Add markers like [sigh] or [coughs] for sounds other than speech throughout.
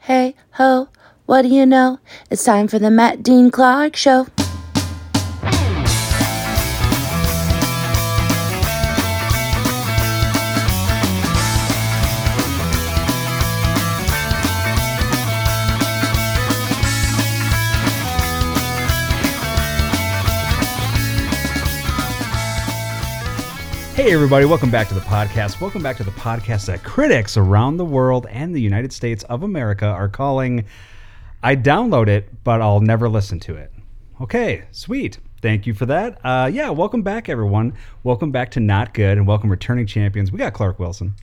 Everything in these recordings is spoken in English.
Hey ho, what do you know? It's time for the Matt Dean Clark Show. Hey, everybody, welcome back to the podcast. Welcome back to the podcast that critics around the world and the United States of America are calling I download it, but I'll never listen to it. Okay, sweet. Thank you for that. Uh, yeah, welcome back, everyone. Welcome back to Not Good and welcome returning champions. We got Clark Wilson.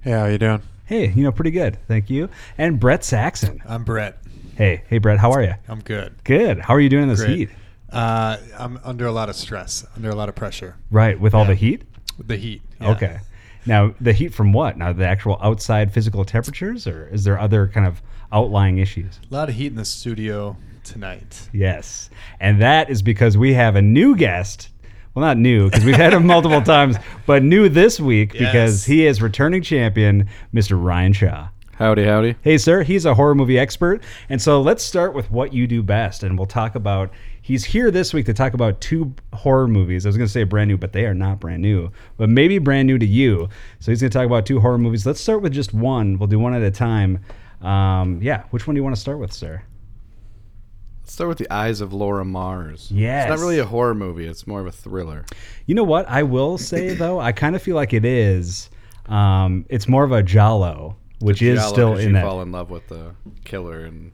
Hey, how you doing? Hey, you know, pretty good. Thank you. And Brett Saxon. I'm Brett. Hey, hey, Brett, how are you? I'm good. Good. How are you doing in this Great. heat? Uh, I'm under a lot of stress, under a lot of pressure. Right, with all the heat? The heat. yeah. Okay. Now, the heat from what? Now, the actual outside physical temperatures, or is there other kind of outlying issues? A lot of heat in the studio tonight. Yes. And that is because we have a new guest. Well, not new, because we've had him multiple times, but new this week because Yes. he is returning champion, Mr. Ryan Shaw. Howdy, howdy. Hey, sir, he's a horror movie expert. And so let's start with what you do best. And we'll talk about, he's here this week to talk about two horror movies. I was going to say brand new, but they are not brand new, but maybe brand new to you. So he's going to talk about two horror movies. Let's start with just one. We'll do one at a time. Um, yeah, which one do you want to start with, sir? Let's start with The Eyes of Laura Mars. Yes. It's not really a horror movie, it's more of a thriller. You know what? I will [coughs] say, though, I kind of feel like it is. Um, it's more of a Jalo, which is Giallo, still 'cause in you that. fall in love with the killer and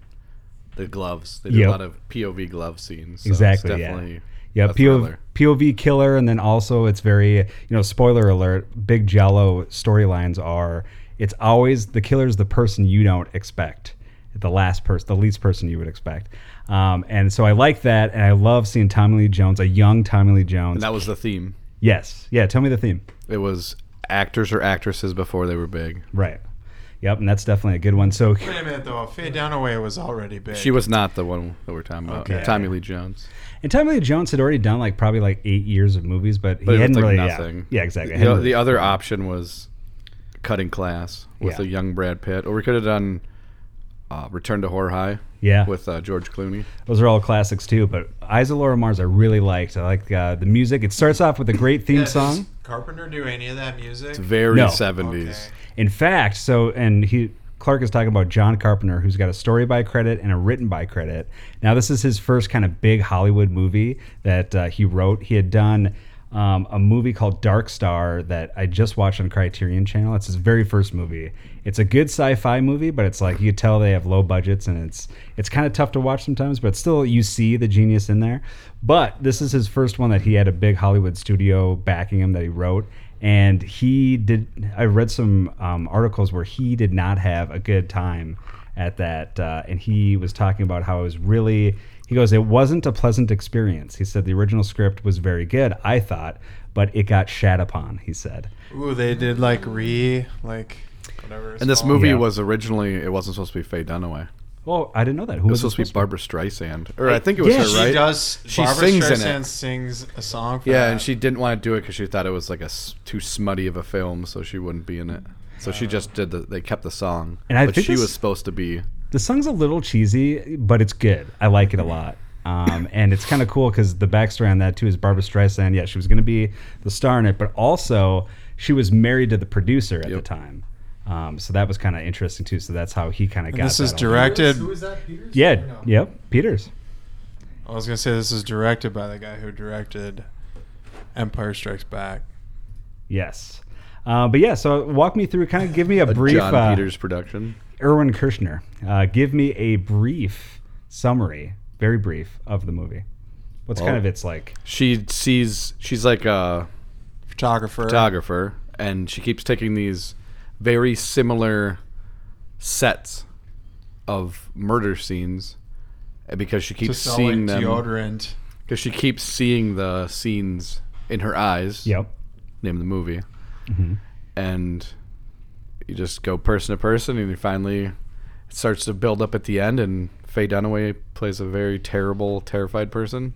the gloves. They do Yep. a lot of POV glove scenes. so Exactly, yeah. It's definitely Yeah, a POV, thriller. POV killer, and then also it's very you know spoiler alert. Big Jello storylines are it's always the killer's the person you don't expect, the last person, the least person you would expect. Um, and so I like that, and I love seeing Tommy Lee Jones, a young Tommy Lee Jones. And that was the theme. yes, yeah. Tell me the theme. It was actors or actresses before they were big. Right. Yep, and that's definitely a good one. So Wait a minute, though. Faye Dunaway was already big. She was not the one that we're talking about. Okay. Tommy Lee Jones. And Tommy Lee Jones had already done like probably like eight years of movies, but he But it hadn't looked like really. yeah. nothing. Yeah, exactly. The, Hadn't the other option was cutting class with Yeah. a young Brad Pitt, or we could have done uh, Return to Horror High yeah. with uh, George Clooney. Those are all classics too. But Eyes of Laura Mars, I really liked. I like uh, the music. It starts off with a great theme Yeah, does song. Carpenter do any of that music? Very No. 70s. Okay. In fact, so and he Clark is talking about John Carpenter, who's got a story by credit and a written by credit. Now this is his first kind of big Hollywood movie that uh, he wrote. He had done. Um, a movie called Dark Star that I just watched on Criterion Channel. It's his very first movie. It's a good sci-fi movie, but it's like you could tell they have low budgets and it's it's kind of tough to watch sometimes. But still, you see the genius in there. But this is his first one that he had a big Hollywood studio backing him that he wrote, and he did i read some um, articles where he did not have a good time at that uh, and he was talking about how it was really he goes it wasn't a pleasant experience he said the original script was very good i thought but it got shat upon he said Ooh, they did like re like whatever. it's And this called. movie Yeah. was originally it wasn't supposed to be Faye Dunaway. well i didn't know that who It was was, it supposed to be Barbara Streisand, or I think it was yeah, her, She right? does. She Barbara sings in it. Streisand sings a song. For Yeah, that. and she didn't want to do it because she thought it was like a s- too smutty of a film, so she wouldn't be in it. So she just did the. They kept the song, And I but think she this- was supposed to be. the song's a little cheesy, but it's good. I like it a lot. Um, and it's kind of cool because the backstory on that too is Barbara Streisand. Yeah, she was going to be the star in it, but also she was married to the producer at the time. Um, so that was kind of interesting too. So that's how he kind of got. And this is that all. directed. that, Peters? Yeah. Yep. Peters. I was gonna say this is directed by the guy who directed Empire Strikes Back. Yes. Uh, but yeah, so walk me through. Kind of give me a, brief. John uh, Peters production. Erwin Kirshner, uh, give me a brief summary, very brief, of the movie. What's kind Well- of its like? She sees she's like a Photographer. photographer, and she keeps taking these very similar sets of murder scenes, and because she to keeps sell seeing like, them. deodorant. because she keeps seeing the scenes in her eyes. Yep. Mm-hmm. Name of the movie, and you just go person to person, and you finally it starts to build up at the end. And Faye Dunaway plays a very terrible, terrified person.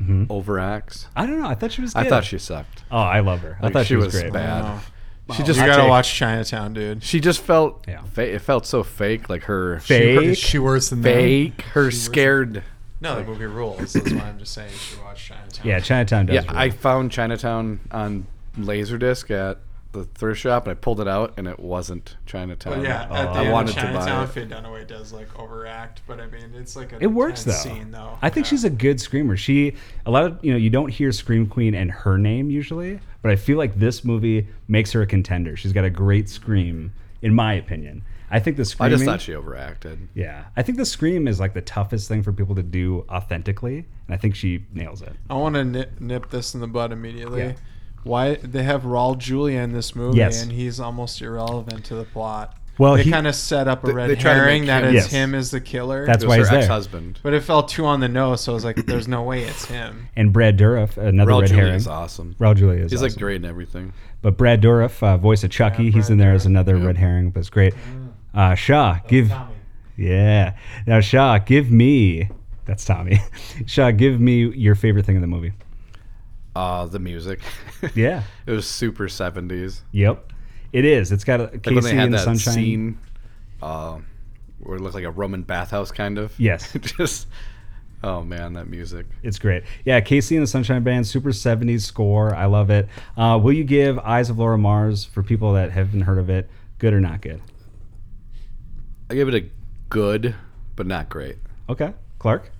Overacts. Mm-hmm. I don't know. I thought she was. Good. I thought she sucked. Oh, I love her. I Like, thought she, was, was great. bad. Wow. She just you gotta take- watch Chinatown, dude. She just felt Yeah. fa- it felt so fake, like her Fake? Is she worse than them? fake, her scared. No, the movie rules. That's why I'm just saying you should watch Chinatown. Yeah, Chinatown does. Yeah, rule. I found Chinatown on Laserdisc at the thrift shop, and I pulled it out, and it wasn't Chinatown. But yeah, Oh, at the I end wanted of to buy Chinatown, it. Faye Dunaway does like overact, but I mean, it's like an it works though. intense Scene, though. I think Yeah. she's a good screamer. She a lot of you know you don't hear scream queen and her name usually, but I feel like this movie makes her a contender. She's got a great scream, in my opinion. I think the I screaming. just thought she overacted. yeah, I think the scream is like the toughest thing for people to do authentically, and I think she nails it. I want to nip, nip this in the bud immediately. Yeah. Why they have Raul Julia in this movie Yes. and he's almost irrelevant to the plot. Well, they he- kind of set up a They- red they try to herring make that him- it's Yes. him as the killer. That's It why was he's her there. ex-husband. but it fell too on the nose, so I was like, "There's no way it's him." And Brad Dourif, another Raul red Julia herring. is awesome. Raul Julia is He's like awesome. great and everything. But Brad Dourif, uh, voice of Chucky, Yeah, he's Brad in there as Dourif. Mm. another Yeah. red herring, but it's great. Uh, Shaw, give. Yeah. Now, Shaw, give me. That's Tommy. [laughs] Shaw, give me your favorite thing in the movie. Uh, the music. [laughs] Yeah. it was super seventies. Yep. It is. It's got a Like when they Casey had and the that Sunshine. scene, uh, where it looked like a Roman bathhouse, kind of. Yes. [laughs] Just, oh man, that music. It's great. Yeah, Casey and the Sunshine Band, super 70s score. I love it. Uh, will you give Eyes of Laura Mars, for people that haven't heard of it, good or not good? I give it a good, but not great. Okay. Clark?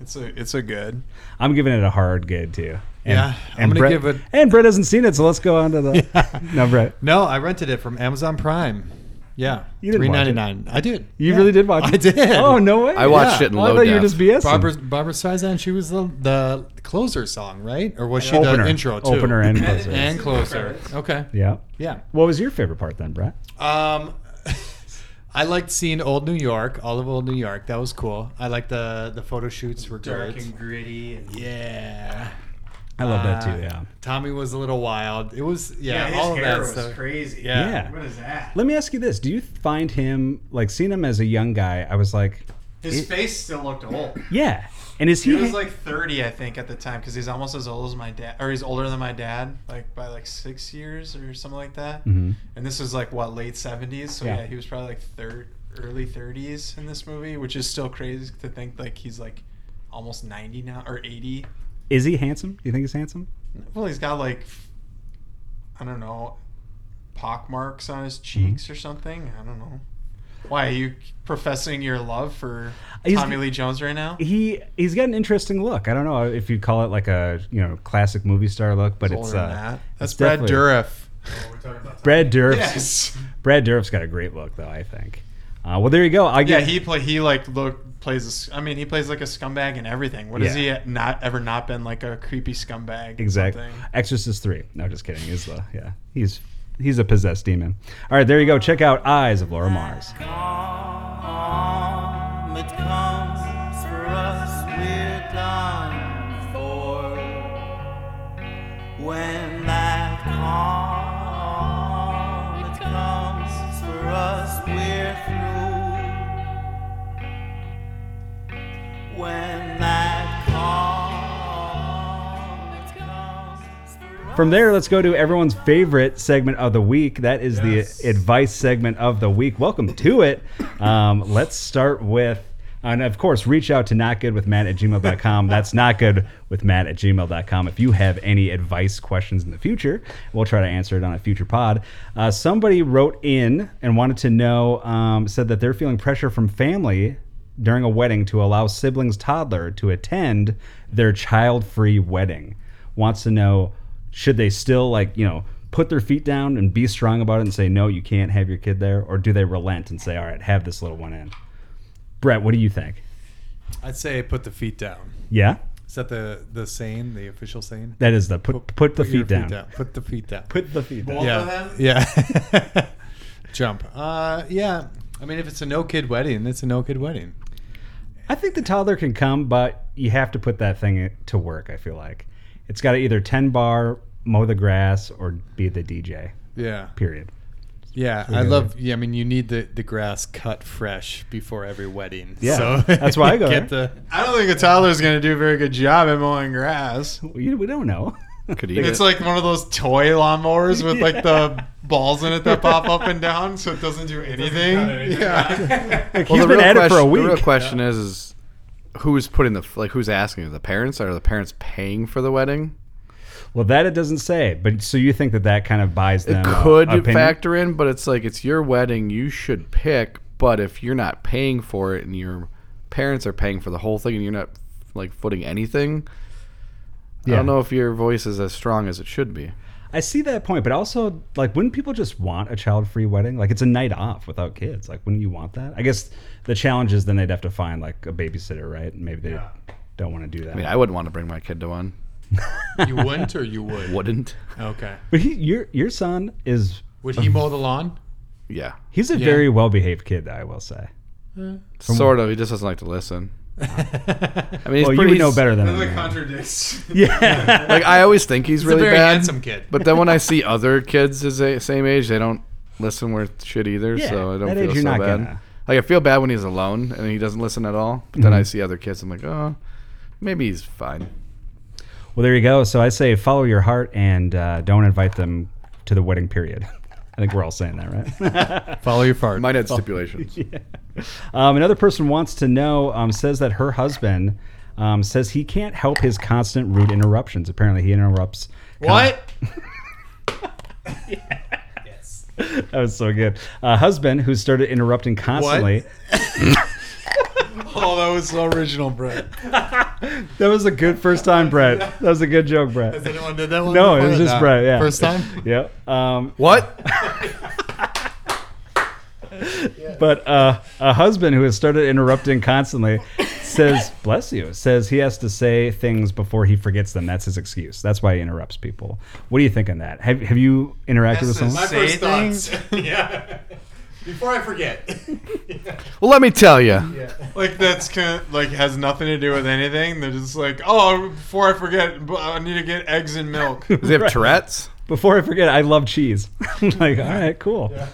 It's a it's a good. I'm giving it a hard good, too. And, Yeah, I'm gonna Brett, give it- And Brett hasn't seen it, so let's go on to the. No, Brett. No, I rented it from Amazon Prime. Yeah, You didn't watch it. $3.99. I did. You Yeah. really did watch it? I did. Oh, no way. I watched Yeah. it in Oh, low I thought you were def. just BSing. Barbara Barbara Streisand. She was the the closer song, right? Or was she Opener. the intro too? Opener [laughs] and closer. and closer. Okay. Yeah. Yeah. What was your favorite part then, Brett? Um, [laughs] I liked seeing old New York, all of old New York. That was cool. I liked the the photo shoots were dark great. and gritty and yeah. I love that Uh, too. Yeah. Tommy was a little wild. It was yeah, yeah, his all of hair that was stuff. crazy. Yeah. Yeah. what is that? Let me ask you this: Do you find him like seeing him as a young guy? I was like, His face still looked old. yeah. And is He he? [laughs] was like 30, I think, at the time because he's almost as old as my dad, or he's older than my dad, like by like six years or something like that. Mhm. And this was like what late 70s, so Yeah. yeah, he was probably like third, early 30s in this movie, which is still crazy to think like he's like almost 90 now or 80. is he handsome? Do you think he's handsome? Well, he's got like I don't know, pock marks on Mm-hmm. his cheeks or something. I don't know. Why are you professing your love for He's- Tommy Lee Jones right now? He he's got an interesting look. I don't know if you call it like a you know classic movie star look, but it's older than uh, that. That's it's Brad definitely- Dourif. Brad Dourif. [laughs] Yes. Brad Dourif's got a great look though. I think. Uh, well, there you go. I Yeah, get he play he like look plays. a s- I mean, he plays like a scumbag and everything. What has Yeah. he not ever not been like a creepy scumbag? or Exactly. something? Exorcist three. No, just kidding. He's the yeah. He's he's a possessed demon. All right, there you go. Check out Eyes of Laura Mars. calm it comes for us we're done for when that calm it comes for us we're through when that calm it comes for us From there, let's go to everyone's favorite segment of the week. That is the advice segment of the week. Welcome to it. Um, let's start with, and of course, reach out to notgoodwithmatt at gmail.com. That's notgoodwithmatt at gmail.com. If you have any advice questions in the future, we'll try to answer it on a future pod. Uh, somebody wrote in and wanted to know, um, said that they're feeling pressure from family during a wedding to allow siblings toddler to attend their child-free wedding wants to know should they still like you know put their feet down and be strong about it and say no you can't have your kid there or do they relent and say all right have this little one in brett what do you think I'd say put the feet down. yeah Is that the the saying? The official saying? that is the put put, the your feet down. Put the feet down. put the feet down yeah. them? [laughs] Yeah. Jump. Uh, yeah. I mean, if it's a no kid wedding, it's a no kid wedding. i think the toddler can come but you have to put that thing to work i feel like it's got to either 10 bar mow the grass or be the dj Yeah. period Yeah. I love. Yeah. I mean, you need the, the grass cut fresh before every wedding. Yeah, So [laughs] that's why I go Get there. the I don't think a toddler's gonna do a very good job at mowing grass. we, we don't know [laughs] Could eat It's it. like one of those toy lawnmowers with like [laughs] the balls in it that pop up and down, so it doesn't do anything. yeah. Like, Well, he's the been real at it for a question- week. The real question is, is who's putting the like who's asking? Are the parents? Are the parents paying for the wedding? Well, that it doesn't say. But so you think that that kind of buys them a- Could a opinion? factor in, but it's like it's your wedding. You should pick. But if you're not paying for it and your parents are paying for the whole thing and you're not like footing anything, I Yeah. don't know if your voice is as strong as it should be. I see that point, but also like, wouldn't people just want a child-free wedding? Like, it's a night off without kids. Like, wouldn't you want that? I guess the challenge is then they'd have to find like a babysitter, right? And maybe they don't want to do that. I mean, I wouldn't want to bring my kid to one. You wouldn't or you would? Wouldn't? Okay. but he, your your son is Would he mow the lawn? Yeah, he's a very well-behaved kid, I will say. sort of. He just doesn't like [laughs] to listen. I mean, he's well, you pretty, would know better than Really him. contradicts. Yeah. Like I always think he's He's really a very bad. handsome kid. But then when I see other kids his a- same age, they don't listen worth shit either. Yeah, so I don't that feel age so you're not bad. gonna- Like I feel bad when he's alone and he doesn't listen at all. But then I see other kids, I'm like, oh, maybe he's fine. well, there you go. So I say follow your heart and uh, don't invite them to the wedding period. [laughs] I think we're all saying that, right? Follow your fart. Mine had stipulations. Um, another person wants to know um, says that her husband um, says he can't help his constant rude interruptions. Apparently, he interrupts. What? [laughs] That was so good. Uh, husband who started interrupting constantly. [laughs] Oh, that was so original, Brett. That was a good first time, Brett. That was a good joke, Brett. Has anyone did that [laughs] one? No, it before? was just No. Brett. Yeah, First time? Yep. Um, What? But uh, a husband who has started interrupting constantly says, "Bless you." Says he has to say things before he forgets them. That's his excuse. That's why he interrupts people. What do you think on that? Have Have you interacted with someone? My Say first thoughts. [laughs] yeah. Before I forget. Well, let me tell you. Like that's kind of, like has nothing to do with anything. They're just like, oh, before I forget, b- I need to get eggs [laughs] and milk. Does he have Right. Tourette's? before I forget, I love cheese. [laughs] I'm like, all right, cool. Yeah.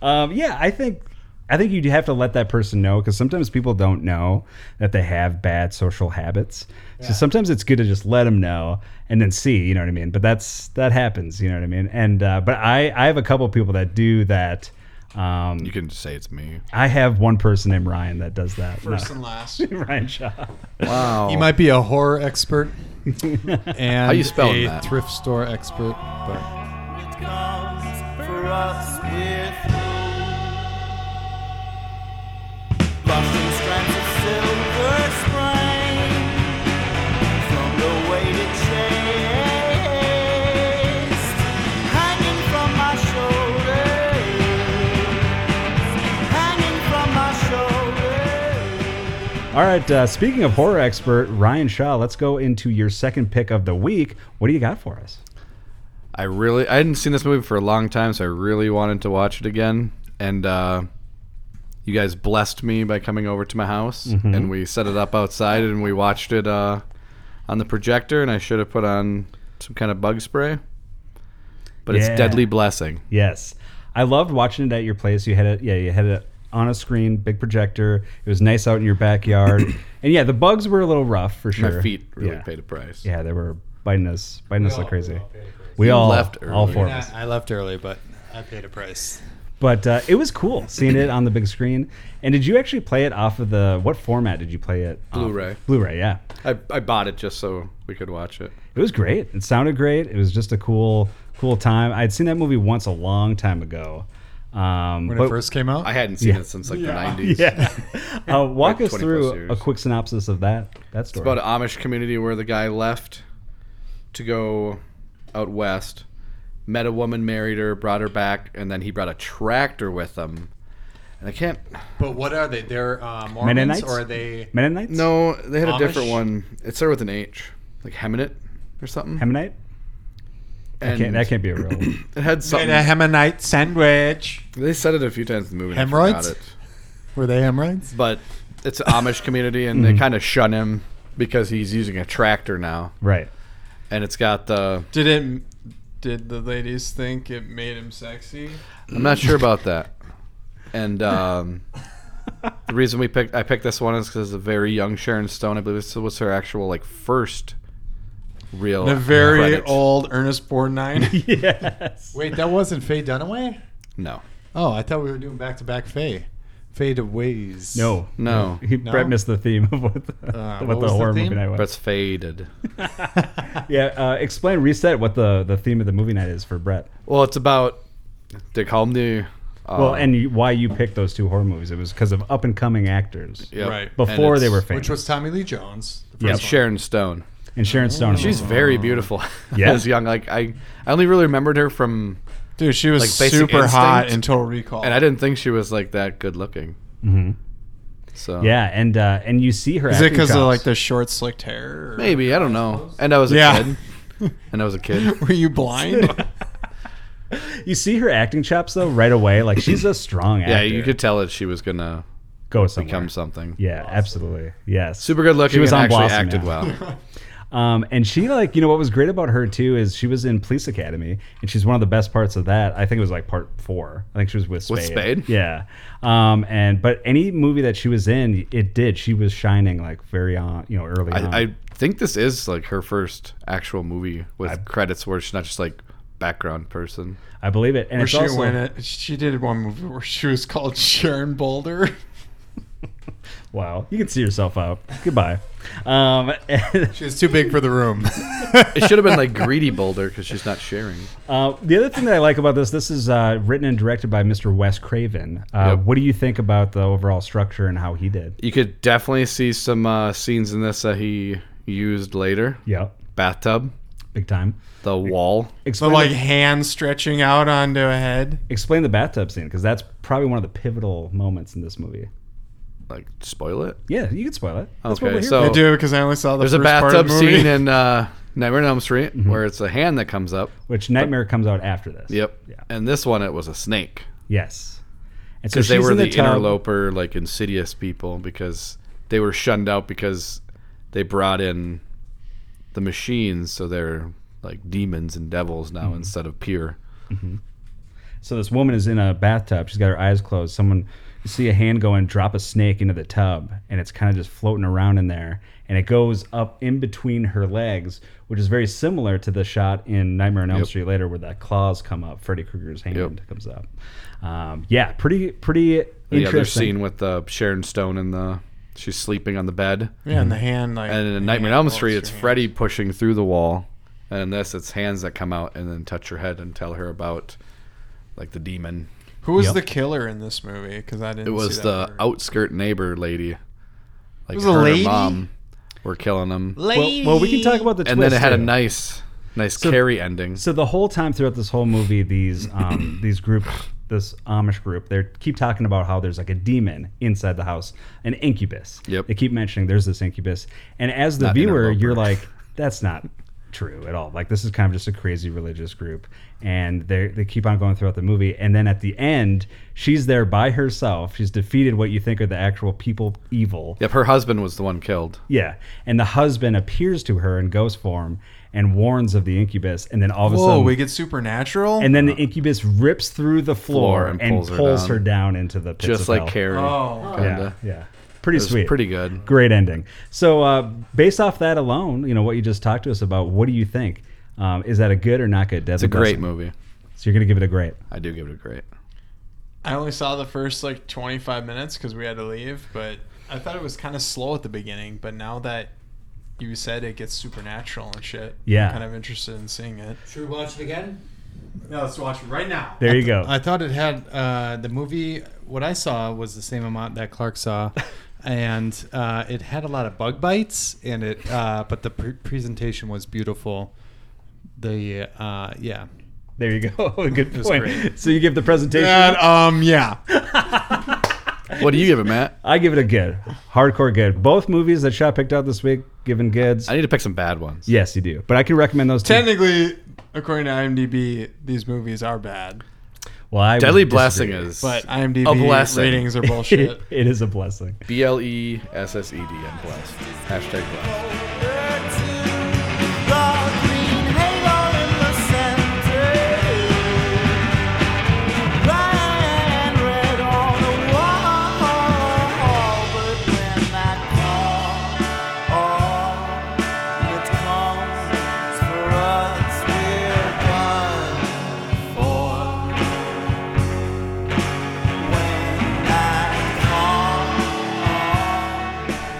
Um, yeah, I think I think you have to let that person know because sometimes people don't know that they have bad social habits. So sometimes it's good to just let them know and then see. You know what I mean? But that's that happens. You know what I mean? And uh, but I I have a couple people that do that. Um, You can just say it's me. I have one person named Ryan that does that. First No. and last. [laughs] Ryan Shaw. Wow. He might be a horror expert and How you spelling a that? thrift store expert. But It comes for us with blushing strands of silver spray from the weighted chase hanging from my shoulders, hanging from my shoulders. All right. Uh, speaking of horror expert Ryan Shaw, let's go into your second pick of the week. What do you got for us? I really I hadn't seen this movie for a long time, so I really wanted to watch it again. And uh, you guys blessed me by coming over to my house, Mm-hmm. and we set it up outside, and we watched it uh, on the projector. And I should have put on some kind of bug spray, but Yeah. it's Deadly Blessing. Yes, I loved watching it at your place. You had it, yeah, you had it on a screen, big projector. It was nice out in your [clears throat] backyard, and yeah, the bugs were a little rough for sure. My feet really yeah. paid a price. Yeah, they were biting us, biting us like crazy. We all left all early. four of us. I, I left early, but I paid a price. But uh, it was cool seeing it on the big screen. And did you actually play it off of the what format did you play it? off? Blu-ray. Blu-ray, yeah. I, I bought it just so we could watch it. It was great. It sounded great. It was just a cool, cool time. I'd seen that movie once a long time ago. Um, When but- it first came out, I hadn't seen Yeah. it since like the [laughs] 90s. yeah. [laughs] Uh, walk us Like 20 plus through years. a quick synopsis of that that story. about an Amish community where the guy left to go out west, met a woman, married her, brought her back, and then he brought a tractor with him. And I can't. But what are they? They're uh, Mormons Mennonites? or are they? Mennonites? No, they had Amish? a different one. It started with an H, like Heminit or something. Hemonite? and Can't, that can't be a real one. It had Made something. a Hemonite sandwich. they said it a few times in the movie. and I Hemorrhoids? forgot it. were they hemorrhoids? But it's an Amish community, [laughs] and they kind of shun him because he's using a tractor now, [laughs] right. and it's got the. Did it? Did the ladies think it made him sexy? I'm not sure about that. And um, the reason we picked I picked this one is because a very young Sharon Stone. I believe this was her actual like first real The very credit. old Ernest Borgnine. yes. Wait, that wasn't Faye Dunaway? No, Oh, I thought we were doing back to back Faye. Fade aways. No. no, He, No? Brett missed the theme of what the, Uh, what what the was the horror theme? movie night was. Brett's faded. [laughs] yeah, uh, explain, reset what the, the theme of the movie night is for Brett. Well, it's about they call him the uh, Well, and you, why you picked those two horror movies? It was because of up and coming actors yep. Right. And before they it's- were famous. Which was Tommy Lee Jones. the Yep. it's first one. Sharon Stone. and Sharon Stone. She's very beautiful. [laughs] Yeah. as young, like I, I only really remembered her from, Dude, she was Like Basic super hot Instinct? in Total Recall. and I didn't think she was like that good looking. Mhm. So Yeah, and uh, and you see her. Is it because because of like the short, slicked hair? or- maybe I don't know. And I was a Yeah. kid. And I was a kid. Were you [laughs] blind? you see her acting chops though right away? Like she's a strong actor. Yeah, you could tell that she was gonna go somewhere. become something. Yeah, absolutely. Yes. Super good looking. She was and on actually Blossom acted now. [laughs] well. Um, and she like you know what was great about her too is she was in Police Academy and she's one of the best parts of that. I think it was like part four. I think she was with Spade. With Spade? Yeah. Um, and but any movie that she was in, it did. She was shining like very on you know early on. I, I think this is like her first actual movie with credits where she's not just like background person. I believe it. And Where it's she also went at, she did one movie where she was called Sharon Boulder. wow. You can see yourself out. Goodbye. Um, [laughs] and- She's too big for the room. It should have been like Greedy Boulder because she's not sharing. Uh, the other thing that I like about this, this is uh, written and directed by Mr. Wes Craven. Uh, Yep. What do you think about the overall structure and how he did? You could definitely see some uh, scenes in this that he used later. Yep, Bathtub, big time. the wall. So Explain, like the, hand stretching out onto a head. explain the bathtub scene because that's probably one of the pivotal moments in this movie. Like spoil it. Yeah, you can spoil it. That's what Okay, we're here so- for. I do because I only saw the Oh. There's a first part of bathtub the movie. scene in uh, Nightmare on Elm Street Mm-hmm. where it's a hand that comes up. which Nightmare comes out after this. Yep. Yeah. And this one, it was a snake. Yes. And so because they she's were in the, tub. interloper, like insidious people, because they were shunned out because they brought in the machines, so they're like demons and devils now instead of pure. So this woman is in a bathtub. She's got her eyes closed. Someone you see a hand go and drop a snake into the tub, and it's kind of just floating around in there. And it goes up in between her legs, which is very similar to the shot in Nightmare on Elm Yep. Street later, where the claws come up. Freddy Krueger's hand Yep. comes up. Um, yeah, pretty pretty The other interesting. scene with uh, Sharon Stone and the she's sleeping on the bed, [laughs] Yeah, and the hand like Mm. and in Nightmare on Elm Street, it's Freddy pushing through the wall, and in this, it's hands that come out and then touch her head and tell her about like the demon. Who was Yep. the killer in this movie? Because I didn't. It was see the that part. outskirt neighbor lady, like was a her lady? mom. Were killing him. Well, well, we can talk about the and then twist it had a too. nice, nice carry ending. So the whole time throughout this whole movie, these [clears throat] um, these group, this Amish group, they keep talking about how there's like a demon inside the house, an incubus. Yep. They keep mentioning there's this incubus, and as the Not viewer, interloper. you're like, that's not true at all. Like this is kind of just a crazy religious group, and they they keep on going throughout the movie, and then at the end, she's there by herself. She's defeated what you think are the actual people evil. yep, her husband was the one killed. Yeah, and the husband appears to her in ghost form and warns of the incubus, and then all of a Whoa, sudden we get supernatural. and then the incubus rips through the floor, Floor and and, pulls pulls, her her, down. down. into the pits Just of like hell. Carrie. Oh, kinda. Yeah, yeah, pretty It was sweet, pretty good. great ending. So, uh, based off that alone, you know what you just talked to us about. What do you think? Um, is that a good or not good? That's It's a great movie. So you're gonna give it a great. I do give it a great. I only saw the first like 25 minutes because we had to leave, but I thought it was kind of slow at the beginning. But now that you said it gets supernatural and shit, Yeah. I'm kind of interested in seeing it. Should we watch it again? No, let's watch it right now. There you go. I thought it had uh, the movie. What I saw was the same amount that Clark saw, [laughs] and uh, it had a lot of bug bites. And it, uh, but the pre- presentation was beautiful. The uh, yeah, there you go. [laughs] good was point. great. So you give the presentation. And, um, yeah, What do you give it, Matt? I give it a good, hardcore good. Both movies that Shot picked out this week, given goods. [laughs] I need to pick some bad ones. yes, you do. But I can recommend those two. technically, according to IMDb, these movies are bad, Well, I would Deadly disagree. Blessing is but IMDb A blessing. ratings are bullshit. [laughs] [laughs] it is a blessing. B L E S S E D and blessed. Hashtag blessed. Thank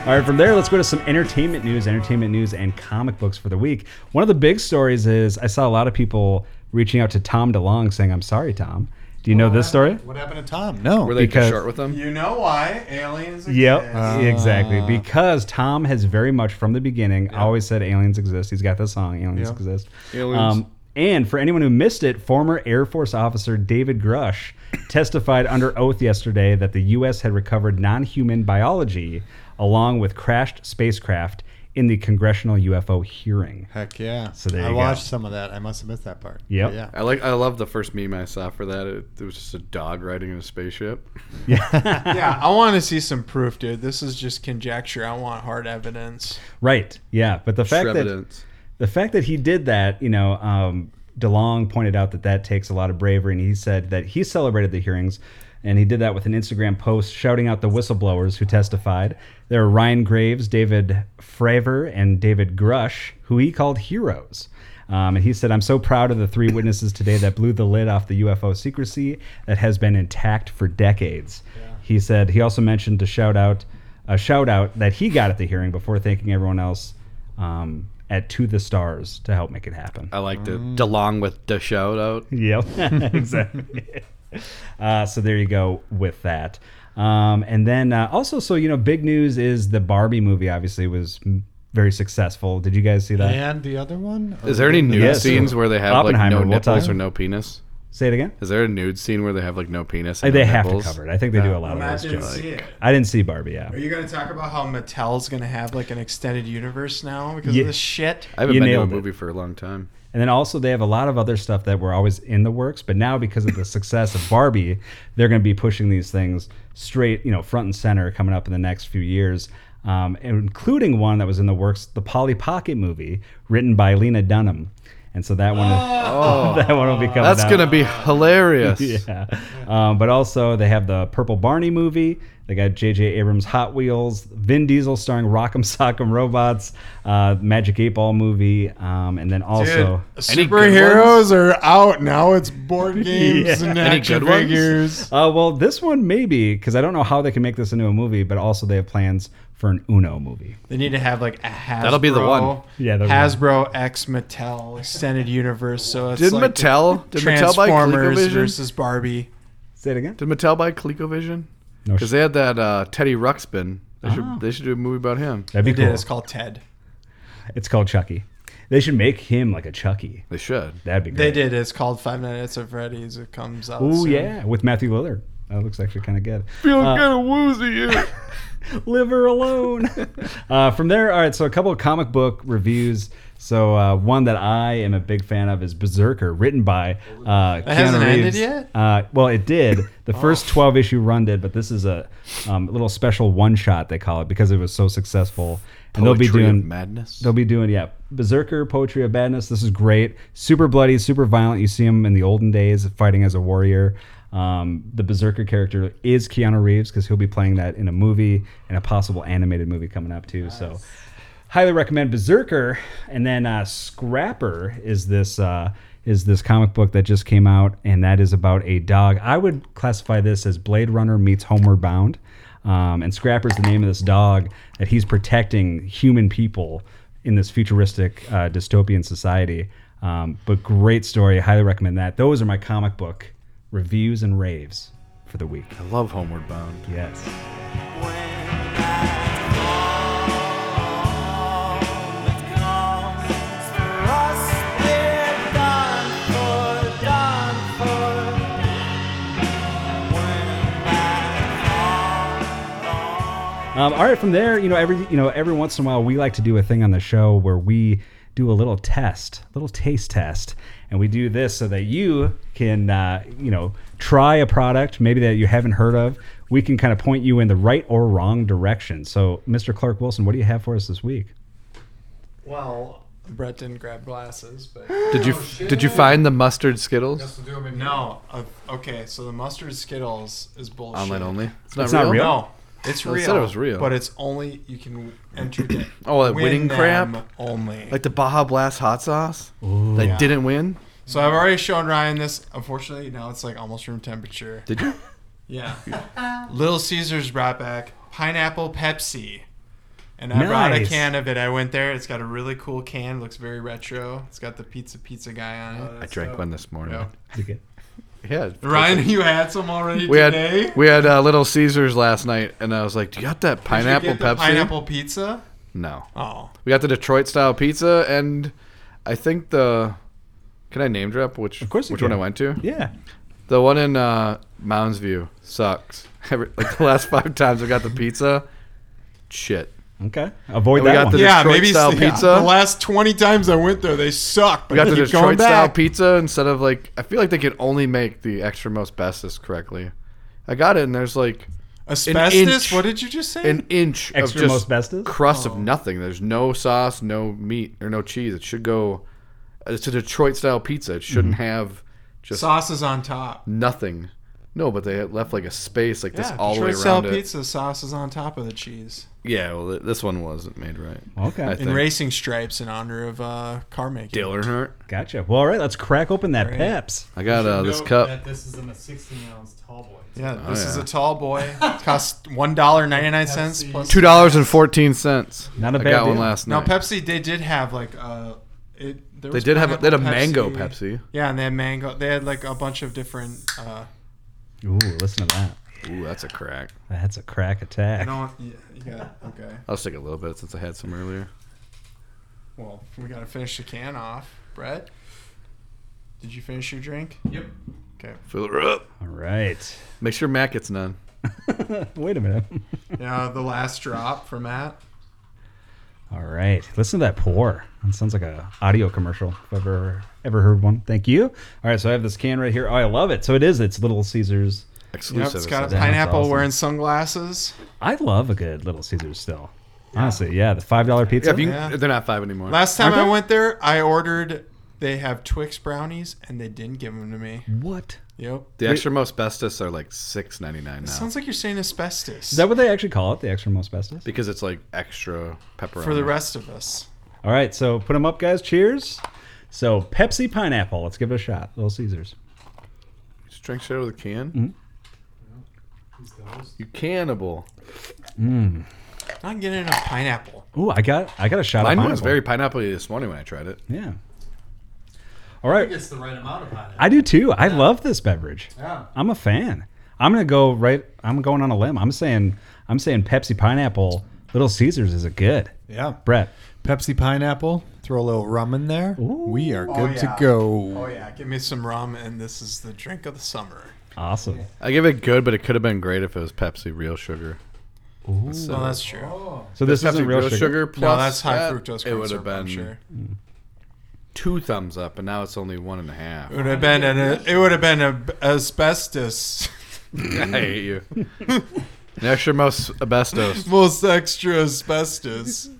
All right, from there, let's go to some entertainment news, entertainment news, and comic books for the week. One of the big stories is I saw a lot of people reaching out to Tom DeLong saying, I'm sorry, Tom. Do you know this story? What happened to Tom? No. Were they Because- just short with them? You know why aliens? Yep, uh, exist. exactly. Because Tom has very much from the beginning always said aliens exist. He's got this song, aliens Yeah. exist. Um, Aliens. and for anyone who missed it, former Air Force officer David Grush testified under oath yesterday that the U.S. had recovered non-human biology along with crashed spacecraft in the congressional UFO hearing. Ah, Heck yeah. So there I you go. watched some of that. I must have missed that part. Yep. [laughs] But Yeah. I like. I love the first meme I saw for that. It, it was just a dog riding in a spaceship. yeah, I want to see some proof, dude. This is just conjecture. I want hard evidence. Right. Yeah. But the fact that Trevidence. the fact that he did that, you know, um, DeLong pointed out that that takes a lot of bravery, and he said that he celebrated the hearings, and he did that with an Instagram post shouting out the whistleblowers who testified. There were Ryan Graves, David Fravor, and David Grush, who he called heroes. Um, and he said, I'm so proud of the three witnesses today that blew the lid off the UFO secrecy that has been intact for decades. He said, he also mentioned to shout out a shout out that he got at the hearing before thanking everyone else um, at To the Stars to help make it happen. I liked it. Mm. DeLong with the shout out. Yep, [laughs] exactly. uh, so there you go with that. Um, and then uh, also, so you know, big news is the Barbie movie. Obviously, was m- very successful. Did you guys see that? And the other one? Is there any nude Yes. scenes where they have like Oppenheimer, no we'll nipples talk- or no penis? Say it again. Is there a nude scene where they have like no penis? And they no have nipples? to cover it. I think they do a lot I'm of not those didn't jokes. see it. I didn't see Barbie. Yeah, Are you gonna talk about how Mattel's gonna have like an extended universe now because Yeah. of this shit? I haven't You been to a nailed it. movie for a long time. and then also they have a lot of other stuff that were always in the works, but now because of the success of Barbie, they're going to be pushing these things straight, you know, front and center coming up in the next few years. Um, including one that was in the works, the Polly Pocket movie, written by Lena Dunham, and so that one, [laughs] that one will be coming. Oh. That's out. gonna be [laughs] hilarious. uh, yeah. Um, but also they have the Purple Barney movie. They got J.J. Abrams' Hot Wheels, Vin Diesel starring Rock'em Sock'em Robots, uh, Magic Eight Ball movie, um, and then also Any good superheroes are out now. It's board [laughs] games Yeah. and Any action good ones? figures. Uh, well, this one maybe because I don't know how they can make this into a movie, but also they have plans for an Uno movie. They need to have like a Hasbro. That'll be the one. Yeah, that'll be Hasbro X Mattel extended universe. So it's Did like the Mattel? Did Mattel buy Transformers ColecoVision? versus Barbie. Say it again. Did Mattel buy ColecoVision? No, Because sh- they had that uh, Teddy Ruxpin. They should, Oh. they should do a movie about him. that'd be They cool. did. It's called Ted. It's called Chucky. They should make him like a Chucky. They should. That'd be They great. did. It's called Five Nights at Freddy's. It comes out. Oh soon. yeah, with Matthew Lillard. That looks actually kind of good. Feeling kind of woozy. [laughs] here. Live her alone. [laughs] uh, from there, all right. So a couple of comic book reviews. So uh, one that I am a big fan of is Berserker, written by uh, Keanu hasn't ended Reeves. yet? Uh, well, it did. The first twelve issue run did, but this is a um, little special one shot they call it because it was so successful. And they'll be Poetry of doing madness. They'll be doing yeah, Berserker, Poetry of Badness. This is great. Super bloody, super violent. You see him in the olden days fighting as a warrior. Um, the Berserker character is Keanu Reeves because he'll be playing that in a movie and a possible animated movie coming up too. So, highly recommend Berserker. And then uh, Scrapper is this uh, is this comic book that just came out, and that is about a dog. I would classify this as Blade Runner meets Homeward Bound. Um, and Scrapper's the name of this dog that he's protecting human people in this futuristic uh, dystopian society. Um, but great story. Highly recommend that. Those are my comic book reviews and raves for the week. I love Homeward Bound. Yes. Um, all right, from there, you know, every you know, every once in a while, we like to do a thing on the show where we do a little test, little taste test, and we do this so that you can, uh, you know, try a product maybe that you haven't heard of. We can kind of point you in the right or wrong direction. So, Mr. Clark Wilson, what do you have for us this week? Well, Brett didn't grab [gasps] glasses, but Did you did you find the mustard Skittles? no. Uh, okay, so the mustard Skittles is bullshit. Online only. It's It's not real? No, it's I real. said it was real. but it's only you can enter the [clears throat] Oh, that win winning them crap? only. Like the Baja Blast hot sauce that Yeah. didn't win. so I've already shown Ryan this. Unfortunately, now it's like almost room temperature. Did you? Yeah. Little Caesars brought back pineapple Pepsi. And I brought a Nice. can of it. I went there. It's got a really cool can. Looks very retro. It's got the pizza pizza guy on it. I drank one this morning. Yeah. You [laughs] get- Yeah, Ryan, [laughs] you had some already We today. had we had uh, Little Caesars last night, and I was like, "Do you got that Did you pineapple get the Pepsi?" Pineapple pizza. No, Oh, we got the Detroit style pizza, and I think the can I name drop which of course you which one I can. went to? yeah. The one in uh, Mounds View sucks. [laughs] Every, like the last five times I got the pizza, shit. Okay. Avoid And we that got one. [laughs] the- yeah, Detroit maybe style yeah, pizza? The last twenty times I went there, they sucked. But We got the they keep going Detroit style back. pizza instead of like I feel like they can only make the extra most bestest correctly. I got it, and there's like Asbestos. inch. What did you just say? an inch Extra of just most bestest? crust of nothing. There's no sauce, no meat, or no cheese. It should go. uh, It's a Detroit style pizza. It shouldn't have just Sauce is on top. nothing. No, but they had left like a space like this yeah, all the way Detroit around style it. pizza sauce is on top of the cheese. Yeah, well, th- this one wasn't made right. Okay. I And In think. racing stripes in honor of uh, car making. Dale Earnhardt. Gotcha. Well, all right. Let's crack open that Right. Peps. I got uh, this cup. That this is in a 16 ounce tall boy. Yeah, this is Oh, yeah. a tall boy. [laughs] It costs one dollar ninety nine cents plus Two dollars and fourteen cents. Not a I bad got one deal. last No, night. Pepsi. They did have like uh, it. There they was did have a, they had a pineapple mango Pepsi. Yeah, and they had mango. They had like a bunch of different. Uh, Ooh, listen to that. Ooh, that's a crack. That's a crack I attack. don't. Yeah, you got okay. I'll stick a little bit since I had some earlier. Well, we gotta finish the can off. Brett, did you finish your drink? Yep. Okay. Fill her up. All right. [laughs] Make sure Matt gets none. Wait a minute. Yeah, the last drop for Matt. All right. Listen to that pour. That sounds like a audio commercial. If I've ever ever heard one. Thank you. All right. So I have this can right here. Oh, I love it. So it is. It's Little Caesars. Yep, Exclusive. it's got a That's pineapple awesome. wearing sunglasses. I love a good Little Caesars still. Honestly, yeah. The five dollar pizza. yeah, if you can- Yeah. they're not five anymore. Last time Aren't I they? went there, I ordered. They have Twix brownies, and they didn't give them to me. what? Yep. the extra most bestest are like six ninety nine now Sounds like you're saying asbestos. Is that what they actually call it? The extra most bestest. because it's like extra pepperoni. for the rest of us. All right. So put them up, guys. Cheers. So Pepsi pineapple. Let's give it a shot. Little Caesars. just drink shit out of the can. Mm-hmm. You cannibal. Not getting enough pineapple. Ooh, I got I got a shot. of Mine was pineapple. very pineapple this morning when I tried it. Yeah. All right. It's the right amount of pineapple. I do too. I love this beverage. Yeah. I'm a fan. I'm gonna go right. I'm going on a limb. I'm saying. I'm saying Pepsi pineapple. Little Caesars is a good. Yeah. Brett. Pepsi pineapple. Throw a little rum in there. We are good to yeah. go. Oh yeah, give me some rum, and this is the drink of the summer. Awesome. I give it good, but it could have been great if it was Pepsi real sugar. So- No, that's true. So this Pepsi isn't real sugar. plus no, that's high that, fructose. It corn would have syrup, I'm been Sure. two thumbs up, and now it's only one and a [laughs] half. It would have been an. It would have been a, asbestos. [laughs] I hate you. The extra most uh, asbestos. Most extra asbestos.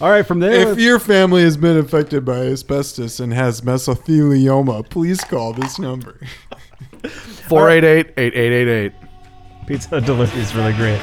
All right. From there. If your family has been affected by asbestos and has mesothelioma, please call this number. 488 8888. pizza delivery is really great.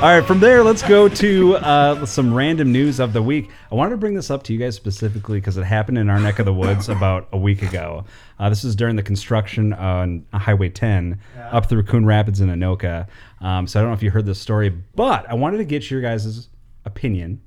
All right. From there, let's go to uh, some random news of the week. I wanted to bring this up to you guys specifically because it happened in our neck of the woods about a week ago. Uh, this is during the construction on Highway 10 up through Coon Rapids and Anoka. Um, so I don't know if you heard this story, but I wanted to get your guys' opinion.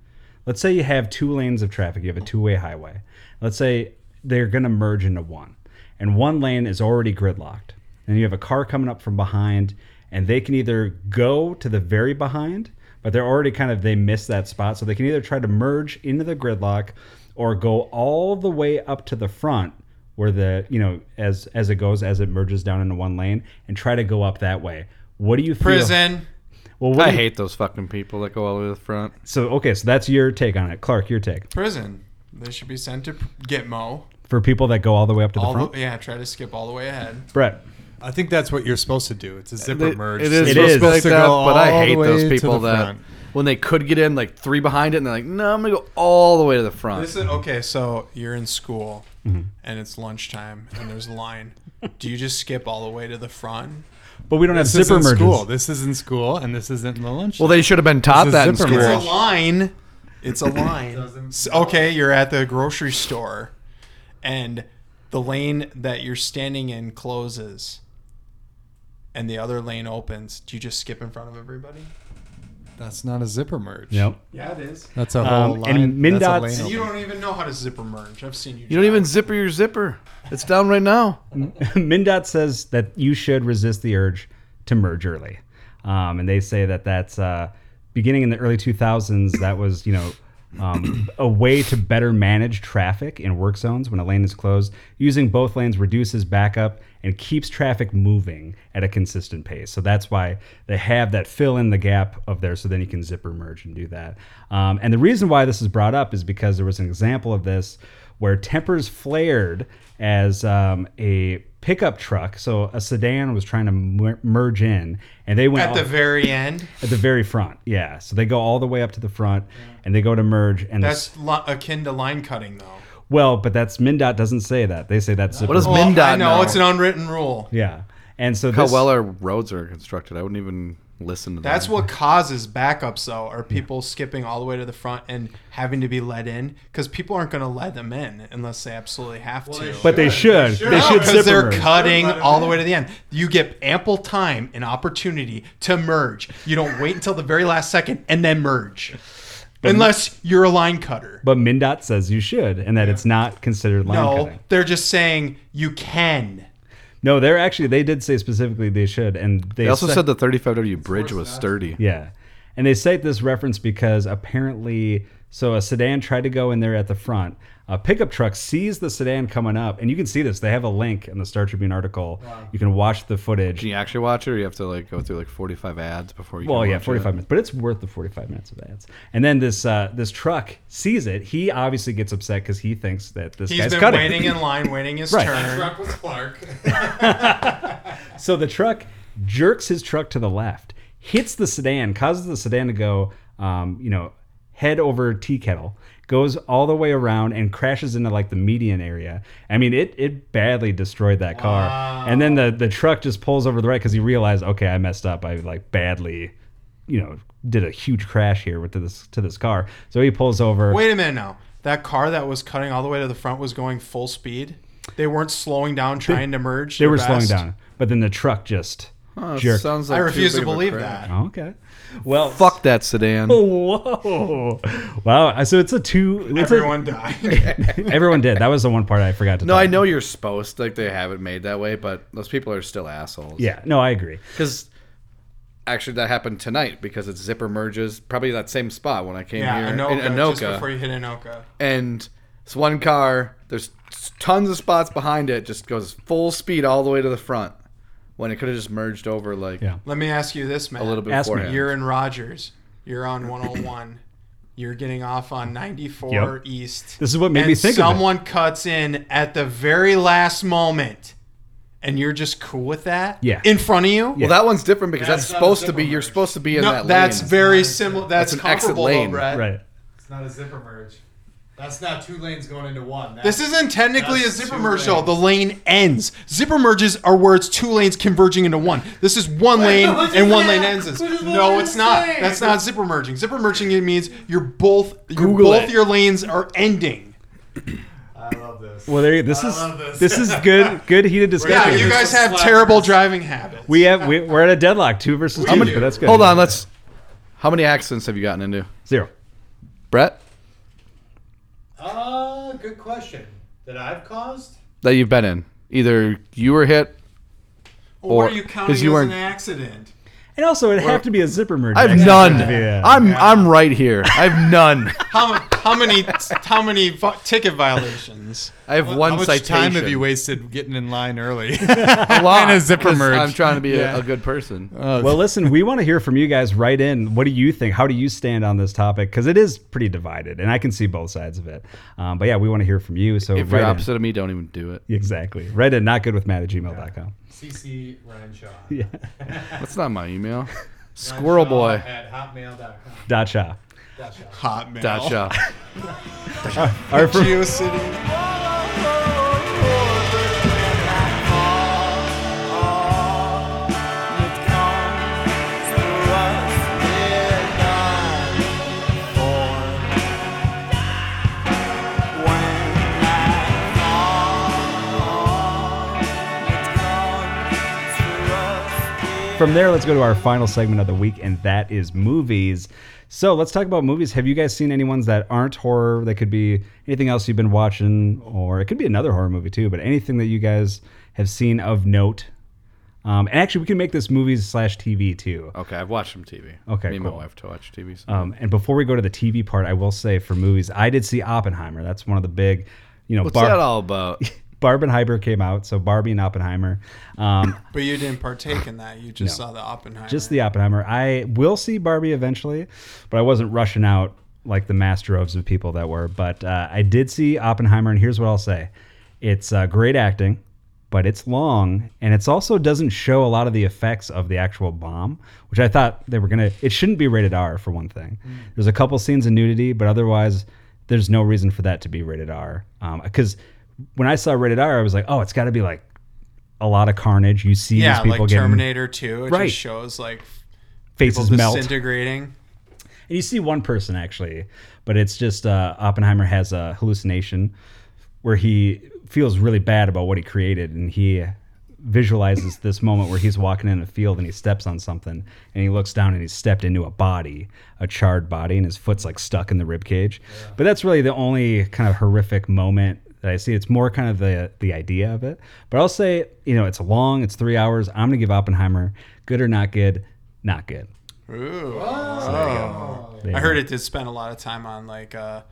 Let's say you have two lanes of traffic, you have a two way highway. Let's say they're going to merge into one, and one lane is already gridlocked. And you have a car coming up from behind, and they can either go to the very behind, but they're already kind of, they miss that spot. So they can either try to merge into the gridlock or go all the way up to the front where the, you know, as as it goes, as it merges down into one lane and try to go up that way. What do you feel? Prison. Well, what I do you- hate those fucking people that go all the way to the front. So, okay, so that's your take on it. Clark, your take. Prison. They should be sent to Gitmo. For people that go all the way up to the All front? the, yeah, try to skip all the way ahead. Brett. I think that's what you're supposed to do. It's a zipper merge. It is It supposed is. to be like To that, go but I all the hate way those to people the that front. when they could get in like three behind it, and they're like, "No, I'm gonna go all the way to the front." This is okay. So you're in school Mm-hmm. and it's lunchtime and there's a line. Do you just skip all the way to the front? But we don't This have zipper isn't merges. school. This isn't school, and this isn't the lunch. well, they should have been taught This is that in zipper school. It's a merge. line. It's a line. S- okay, you're at the grocery store and the lane that you're standing in closes and the other lane opens. Do you just skip in front of everybody? that's not a zipper merge. Yep. Yeah, it is. That's a Um, whole and line. that's a MnDOT's- lane And you open. don't even know how to zipper merge. I've seen you. You don't even zipper your zipper. It's down right now. MnDOT says that you should resist the urge to merge early, um, and they say that that's uh, beginning in the early 2000s. That was you know um, a way to better manage traffic in work zones when a lane is closed. Using both lanes reduces backup and keeps traffic moving at a consistent pace. So that's why they have that fill in the gap of there, so then you can zipper merge and do that. Um, and the reason why this is brought up is because there was an example of this where tempers flared as um, a pickup truck. So a sedan was trying to mer- merge in, and they went at the all- very end. at the very front. Yeah, so they go all the way up to the front, and they go to merge. And That's li- akin to line cutting, though. this- well, but that's MnDOT doesn't say that. They say that's What does Well, MnDOT I know know? it's an unwritten rule. yeah. And so How this, well our roads are constructed. I wouldn't even listen to That's that. what causes backups, though, are people skipping all the way to the front and having to be let in because people aren't going to let them in unless they absolutely have Well, to. they but they should. Sure. They No, should because zipper they're merge. cutting Let 'em all the in. way to the end. You get ample time and opportunity to merge. You don't wait until the very last second and then merge, unless you're a line cutter. But MnDOT says you should, and that it's not considered line No, cutting. they're just saying you can. No, they're actually they did say specifically they should, and they, They also sa- said the 35W bridge was sturdy. Yeah. And they cite this reference because apparently, so a sedan tried to go in there at the front. A pickup truck sees the sedan coming up, and you can see this. They have a link in the Star Tribune article. You can watch the footage. Can you actually watch it, or you have to like go through like 45 ads before you? Well, can yeah, watch it? 45 minutes, but it's worth the 45 minutes of ads. And then this uh, this truck sees it. He obviously gets upset because he thinks that this He's guy's been cutting. [laughs] waiting in line, waiting his Right. turn. Truck was Clark. So the truck jerks his truck to the left, hits the sedan, causes the sedan to go, um, you know, head over tea kettle, goes all the way around and crashes into like the median area. I mean, it it badly destroyed that car. And then the the truck just pulls over to the right because he realized, okay, I messed up. I like badly, you know, did a huge crash here with this to this car. So he pulls over. Wait a minute now. That car that was cutting all the way to the front was going full speed. They weren't slowing down, trying to merge. they their were slowing best. down, but then the truck just Oh, it jerked. sounds I like too refuse to big of a believe crash. that. okay. Well, Fuck that sedan. Whoa! Wow. Uh, So it's a two. It's Everyone [laughs] died. A, [laughs] everyone did. That was the one part I forgot to. No, talk I know you're supposed like they have it made that way, but those people are still assholes. Yeah. No, I agree. because actually that happened tonight because it's zipper merges, probably that same spot when I came yeah, here Anoka, in Anoka, Just before you hit Anoka. and it's one car. There's tons of spots behind it. Just goes full speed all the way to the front when it could have just merged over like Yeah. Let me ask you this, man. a little bit Ask me. beforehand. You're in Rogers. You're on 101. You're getting off on 94 Yep. East. This is what made and me think of it. Someone cuts in at the very last moment, and you're just cool with that. Yeah. In front of you. Well, that one's different because that's, That's not a supposed to zipper be. You're merge. supposed to be in No, that. that's lane. very similar. That's, That's an exit comparable, lane. though, Brett. Right. it's not a zipper merge. That's not two lanes going into one. That's, This isn't technically That's a zipper two merge, though. lanes. The lane ends. Zipper merges are where it's two lanes converging into one. This is one lane what and you one said. lane ends. What is No, what it's I'm not. saying. That's not zipper merging. Zipper merging it means you're both you're Google both it. your lanes are ending. I love this. Well, there. you- This I is love this. this is good. Good heated Yeah, discussion. you This guys is have slap. terrible driving habits. [laughs] we have we, we're at a deadlock. Two versus two. many- But that's good. Hold on, let's. How many accidents have you gotten into, Zero. Brett? Uh, good question. That I've caused? That you've been in? Either you were hit. or Or- are you 'cause counting you as weren't- an accident? And also, it'd have to be a zipper merge. I have actually. none. Yeah. I'm I'm right here. I [laughs] have none. How, how many how many [laughs] vo- ticket violations? I have one How much citation. time have you wasted getting in line early? A lot. And a zipper 'cause merge. I'm trying to be Yeah. a, a good person. Well, listen, we want to hear from you guys right in. What do you think? How do you stand on this topic? Because it is pretty divided, and I can see both sides of it. Um, but yeah, we want to hear from you. So if right you're in. opposite of me, don't even do it. Exactly. Right at notgoodwithmatt at gmail.com. CC Ryan Shaw. Yeah. That's not my email. Squirrel Boy. At hotmail.com. Dacha. Gotcha. Hot man. Dacha. Our first, GeoCity. from there, let's go to our final segment of the week, and that is movies. So let's talk about movies. Have you guys seen any ones that aren't horror? That could be anything else you've been watching, or it could be another horror movie too. But anything that you guys have seen of note. Um, and actually, we can make this movies slash TV too. Okay, I've watched some TV. Okay, me and cool. my wife to watch TV. so- Um, and before we go to the TV part, I will say for movies, I did see Oppenheimer. That's one of the big, you know, What's that [laughs] all about? Barbenheimer came out, so Barbie and Oppenheimer. Um, But you didn't partake in that. You just saw the Oppenheimer. just the Oppenheimer. I will see Barbie eventually, but I wasn't rushing out like the mass droves of people that were. But uh, I did see Oppenheimer, and here's what I'll say: it's uh, great acting, but it's long, and it's also doesn't show a lot of the effects of the actual bomb, which I thought they were gonna. It shouldn't be rated R for one thing. Mm. There's a couple scenes of nudity, but otherwise, there's no reason for that to be rated R. Because when I saw rated R, I was like, oh, it's got to be like a lot of carnage. You see yeah, these people like getting Terminator 2. It Right. just shows like people faces melt. disintegrating. And you see one person actually, but it's just uh, Oppenheimer has a hallucination where he feels really bad about what he created, and he visualizes this moment where he's walking in a field and he steps on something, and he looks down and he's stepped into a body, a charred body, and his foot's like stuck in the rib cage. But that's really the only kind of horrific moment that I see. It's more kind of the the idea of it. But I'll say, you know, it's long, it's three hours. I'm gonna give Oppenheimer good or not good, not good. Ooh. There you I heard it did spend a lot of time on like uh,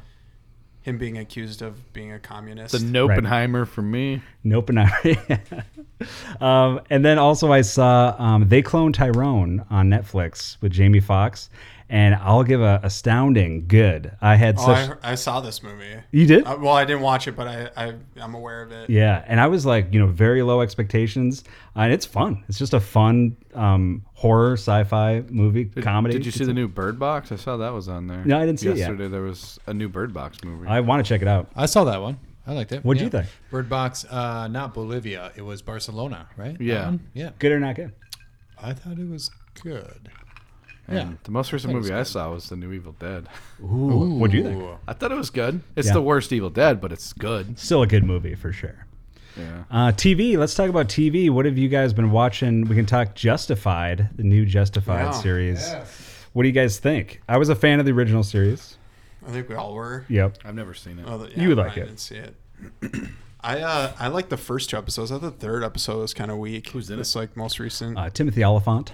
him being accused of being a communist. The Nopenheimer for me. Nope, [laughs] and I. um, and then also I saw um, they clone Tyrone on Netflix with Jamie Foxx, and I'll give a astounding good. I had oh, such I, I saw this movie. you did. Uh, well, I didn't watch it, but I, I I'm aware of it. yeah, and I was like, you know, very low expectations, uh, and it's fun. It's just a fun um, horror sci-fi movie comedy. Did you see the new Bird Box? I saw that was on there. No, I didn't see it yet. Yesterday there was a new Bird Box movie. I want to check it out. I saw that one. I liked it. What'd you Yeah. think? Bird Box, uh, not Bolivia. It was Barcelona, right? That Yeah. one? Yeah. Good or not good? I thought it was good. And yeah. The most recent That was movie I good. saw was the new Evil Dead. Ooh, what'd you think? I thought it was good. It's Yeah. the worst Evil Dead, but it's good. Still a good movie for sure. Yeah. Uh, TV. Let's talk about TV. What have you guys been watching? We can talk Justified, the new Justified Yeah. series. What do you guys think? I was a fan of the original series. I think we all were. Yep. I've never seen it. Oh, the- yeah, You would like Brian it. Didn't see it. [clears throat] I uh, I like the first two episodes. I thought the third episode was kind of weak. Who's in it? It's like most recent, Uh, Timothy Oliphant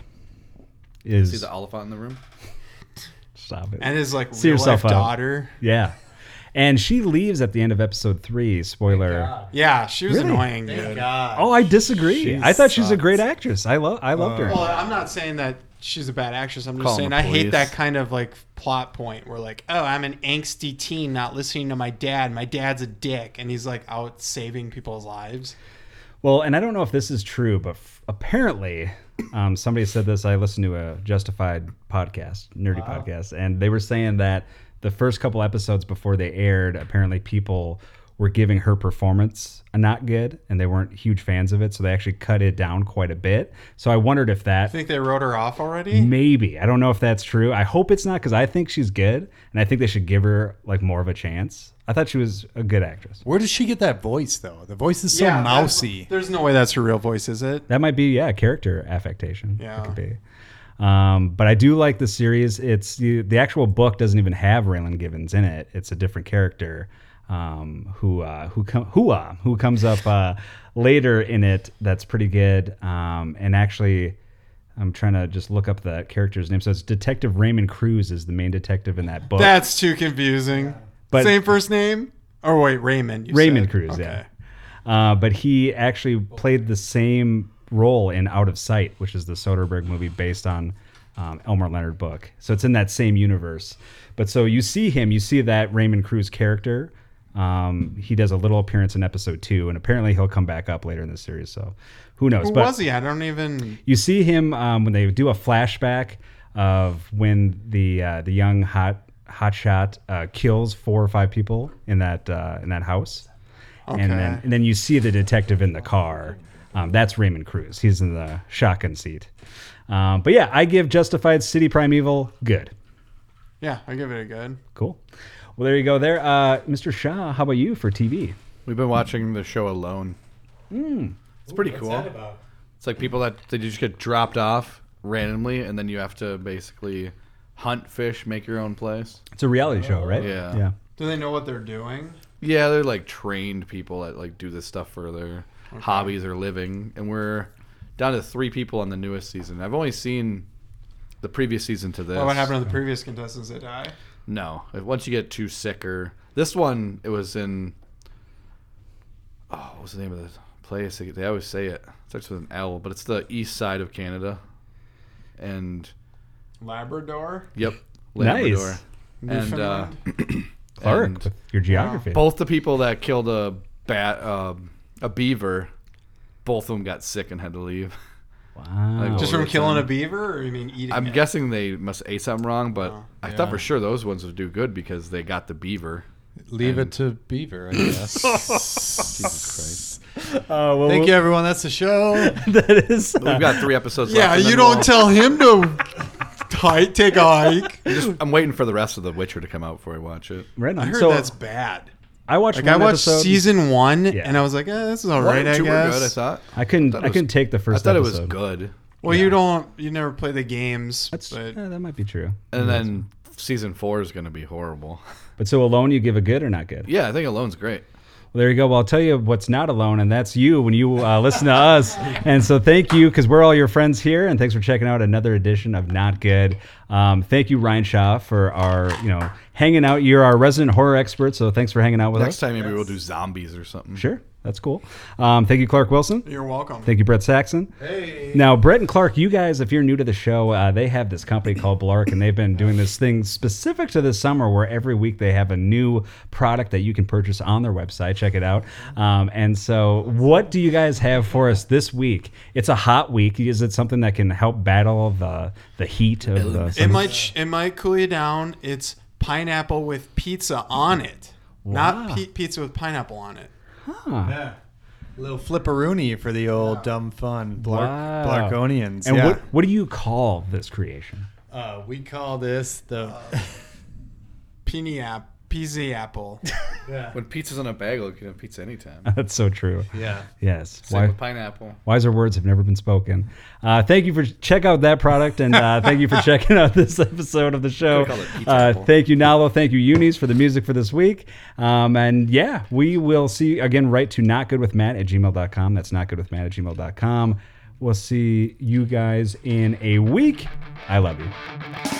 see is the elephant in the room? stop it. and his like See real life yourself uh, out. daughter. yeah, and she leaves at the end of episode three. Spoiler. God. Yeah, she was Really? annoying, Thank dude. God. Oh, I disagree. She I thought she's a sucked. great actress. I love. I loved her. Well, I'm not saying that she's a bad actress. I'm just Calling saying the I hate police. that kind of like plot point where like, oh, I'm an angsty teen not listening to my dad. My dad's a dick, and he's like out saving people's lives. Well, and I don't know if this is true, but f- apparently, um, somebody said this. I listened to a Justified podcast, nerdy podcast, and they were saying that the first couple episodes before they aired, apparently people were giving her performance a not good, and they weren't huge fans of it, so they actually cut it down quite a bit. So I wondered if that. Think they wrote her off already? Maybe I don't know if that's true. I hope it's not because I think she's good, and I think they should give her like more of a chance. I thought she was a good actress. Where does she get that voice though? The voice is so Yeah, that's- mousy. There's no way that's her real voice, is it? That might be yeah, character affectation. Yeah. it could be. Um, but I do like the series. It's you, the actual book doesn't even have Raylan Givens in it. It's a different character um, who uh, who com- who uh, who comes up uh, later in it. That's pretty good. Um, and actually, I'm trying to just look up the character's name. So it's Detective Raymond Cruz is the main detective in that book. That's too confusing. But- Same first name? Oh wait, Raymond. you Raymond said. Cruz, Okay. yeah. Uh, but he actually played the same role in Out of Sight, which is the Soderbergh movie based on um, Elmer Leonard book. So it's in that same universe. But so you see him, you see that Raymond Cruz character. Um, he does a little appearance in episode two, and apparently he'll come back up later in the series. So who knows? Who but was he? I don't even. you see him um, when they do a flashback of when the uh, the young hot hotshot uh, kills four or five people in that uh, in that house, and then Okay. and then you see the detective in the car. Um, that's Raymond Cruz. He's in the shotgun seat. Um, but yeah, I give Justified City Primeval good. Yeah, I give it a good. Cool. Well, there you go. There, uh, Mr. Shah. How about you for TV? We've been watching the show Alone. Hmm. It's pretty cool. about? It's like people that they just get dropped off randomly, and then you have to basically hunt, fish, make your own place. It's a reality show, right? Yeah. Yeah. Do they know what they're doing? Yeah, they're like trained people that like do this stuff for their hobbies or living, and we're down to three people on the newest season. I've only seen the previous season to this. Well, what happened to the previous contestants that die? No, Like, once you get too sick or this one, it was in. Oh, what's the name of the place? They they always say it. It starts with an L, but it's the east side of Canada, and Labrador? yep, Nice. Labrador. And uh, Newfoundland? Clark, and with your geography. both the people that killed a bat, uh, a beaver, both of them got sick and had to leave. Wow. Like, [laughs] Just Oh, from it's, killing a um, beaver, or you mean eating I'm it? guessing they must ate something wrong, but Oh. I yeah. thought for sure those ones would do good because they got the beaver. Leave it to Beaver, I [laughs] guess. Jesus Uh, well, Thank you, everyone. That's the show. [laughs] that is. Christ! [laughs] We've got three episodes. Yeah, left, and you then don't we'll- tell him to hike, take a hike. I'm waiting for the rest of The Witcher to come out before I watch it. Right on. I heard so that's bad. I watched. Like one I watched episode. season one, Yeah. and I was like, eh, "This is all One right, and I two guess." were good. I thought. I couldn't. thought it I was- couldn't take the I first. thought it was episode. good, well, you don't, you never play the games, That's, but yeah, that might be true. and then season four is going to be horrible. [laughs] But so alone, you give a good or not good? Yeah, I think Alone's great. Well, there you go. Well, I'll tell you what's not alone, and that's you when you uh, listen to [laughs] us. And so thank you, because we're all your friends here, and thanks for checking out another edition of Not Good. Um, thank you, Ryan Shaw, for our you know hanging out. You're our resident horror expert, so thanks for hanging out with Next us. time maybe we'll do zombies or something. Sure, that's cool. Um, thank you, Clark Wilson. you're welcome. Thank you, Brett Saxon. Hey. Now, Brett and Clark, you guys, if you're new to the show, uh, they have this company called Blark, and they've been doing this thing specific to this summer where every week they have a new product that you can purchase on their website. Check it out. Um, and so, what do you guys have for us this week? It's a hot week. Is it something that can help battle the the heat of the It summer? might sh- it might cool you down. It's pineapple with pizza on it, Wow. not pi- pizza with pineapple on it. Yeah. little flipperoonie for the old dumb fun. Blark, Wow. Blargonians. Ah. And yeah. what what do you call this creation? [laughs] Uh, we call this the. Pini app, pizza apple. When pizza's in a bag, you can have pizza anytime. That's so true. yeah. Yes. Same with pineapple. wiser words have never been spoken. Uh, thank you for check out that product, and uh, thank [laughs] you for checking out this episode of the show. Could've called it Pizza Uh, Apple. thank you, Nalo. Thank you, Unis, for the music for this week. Um, and yeah, we will see again. Write to notgoodwithmatt at gmail.com. That's notgoodwithmatt at gmail.com. We'll see you guys in a week. I love you.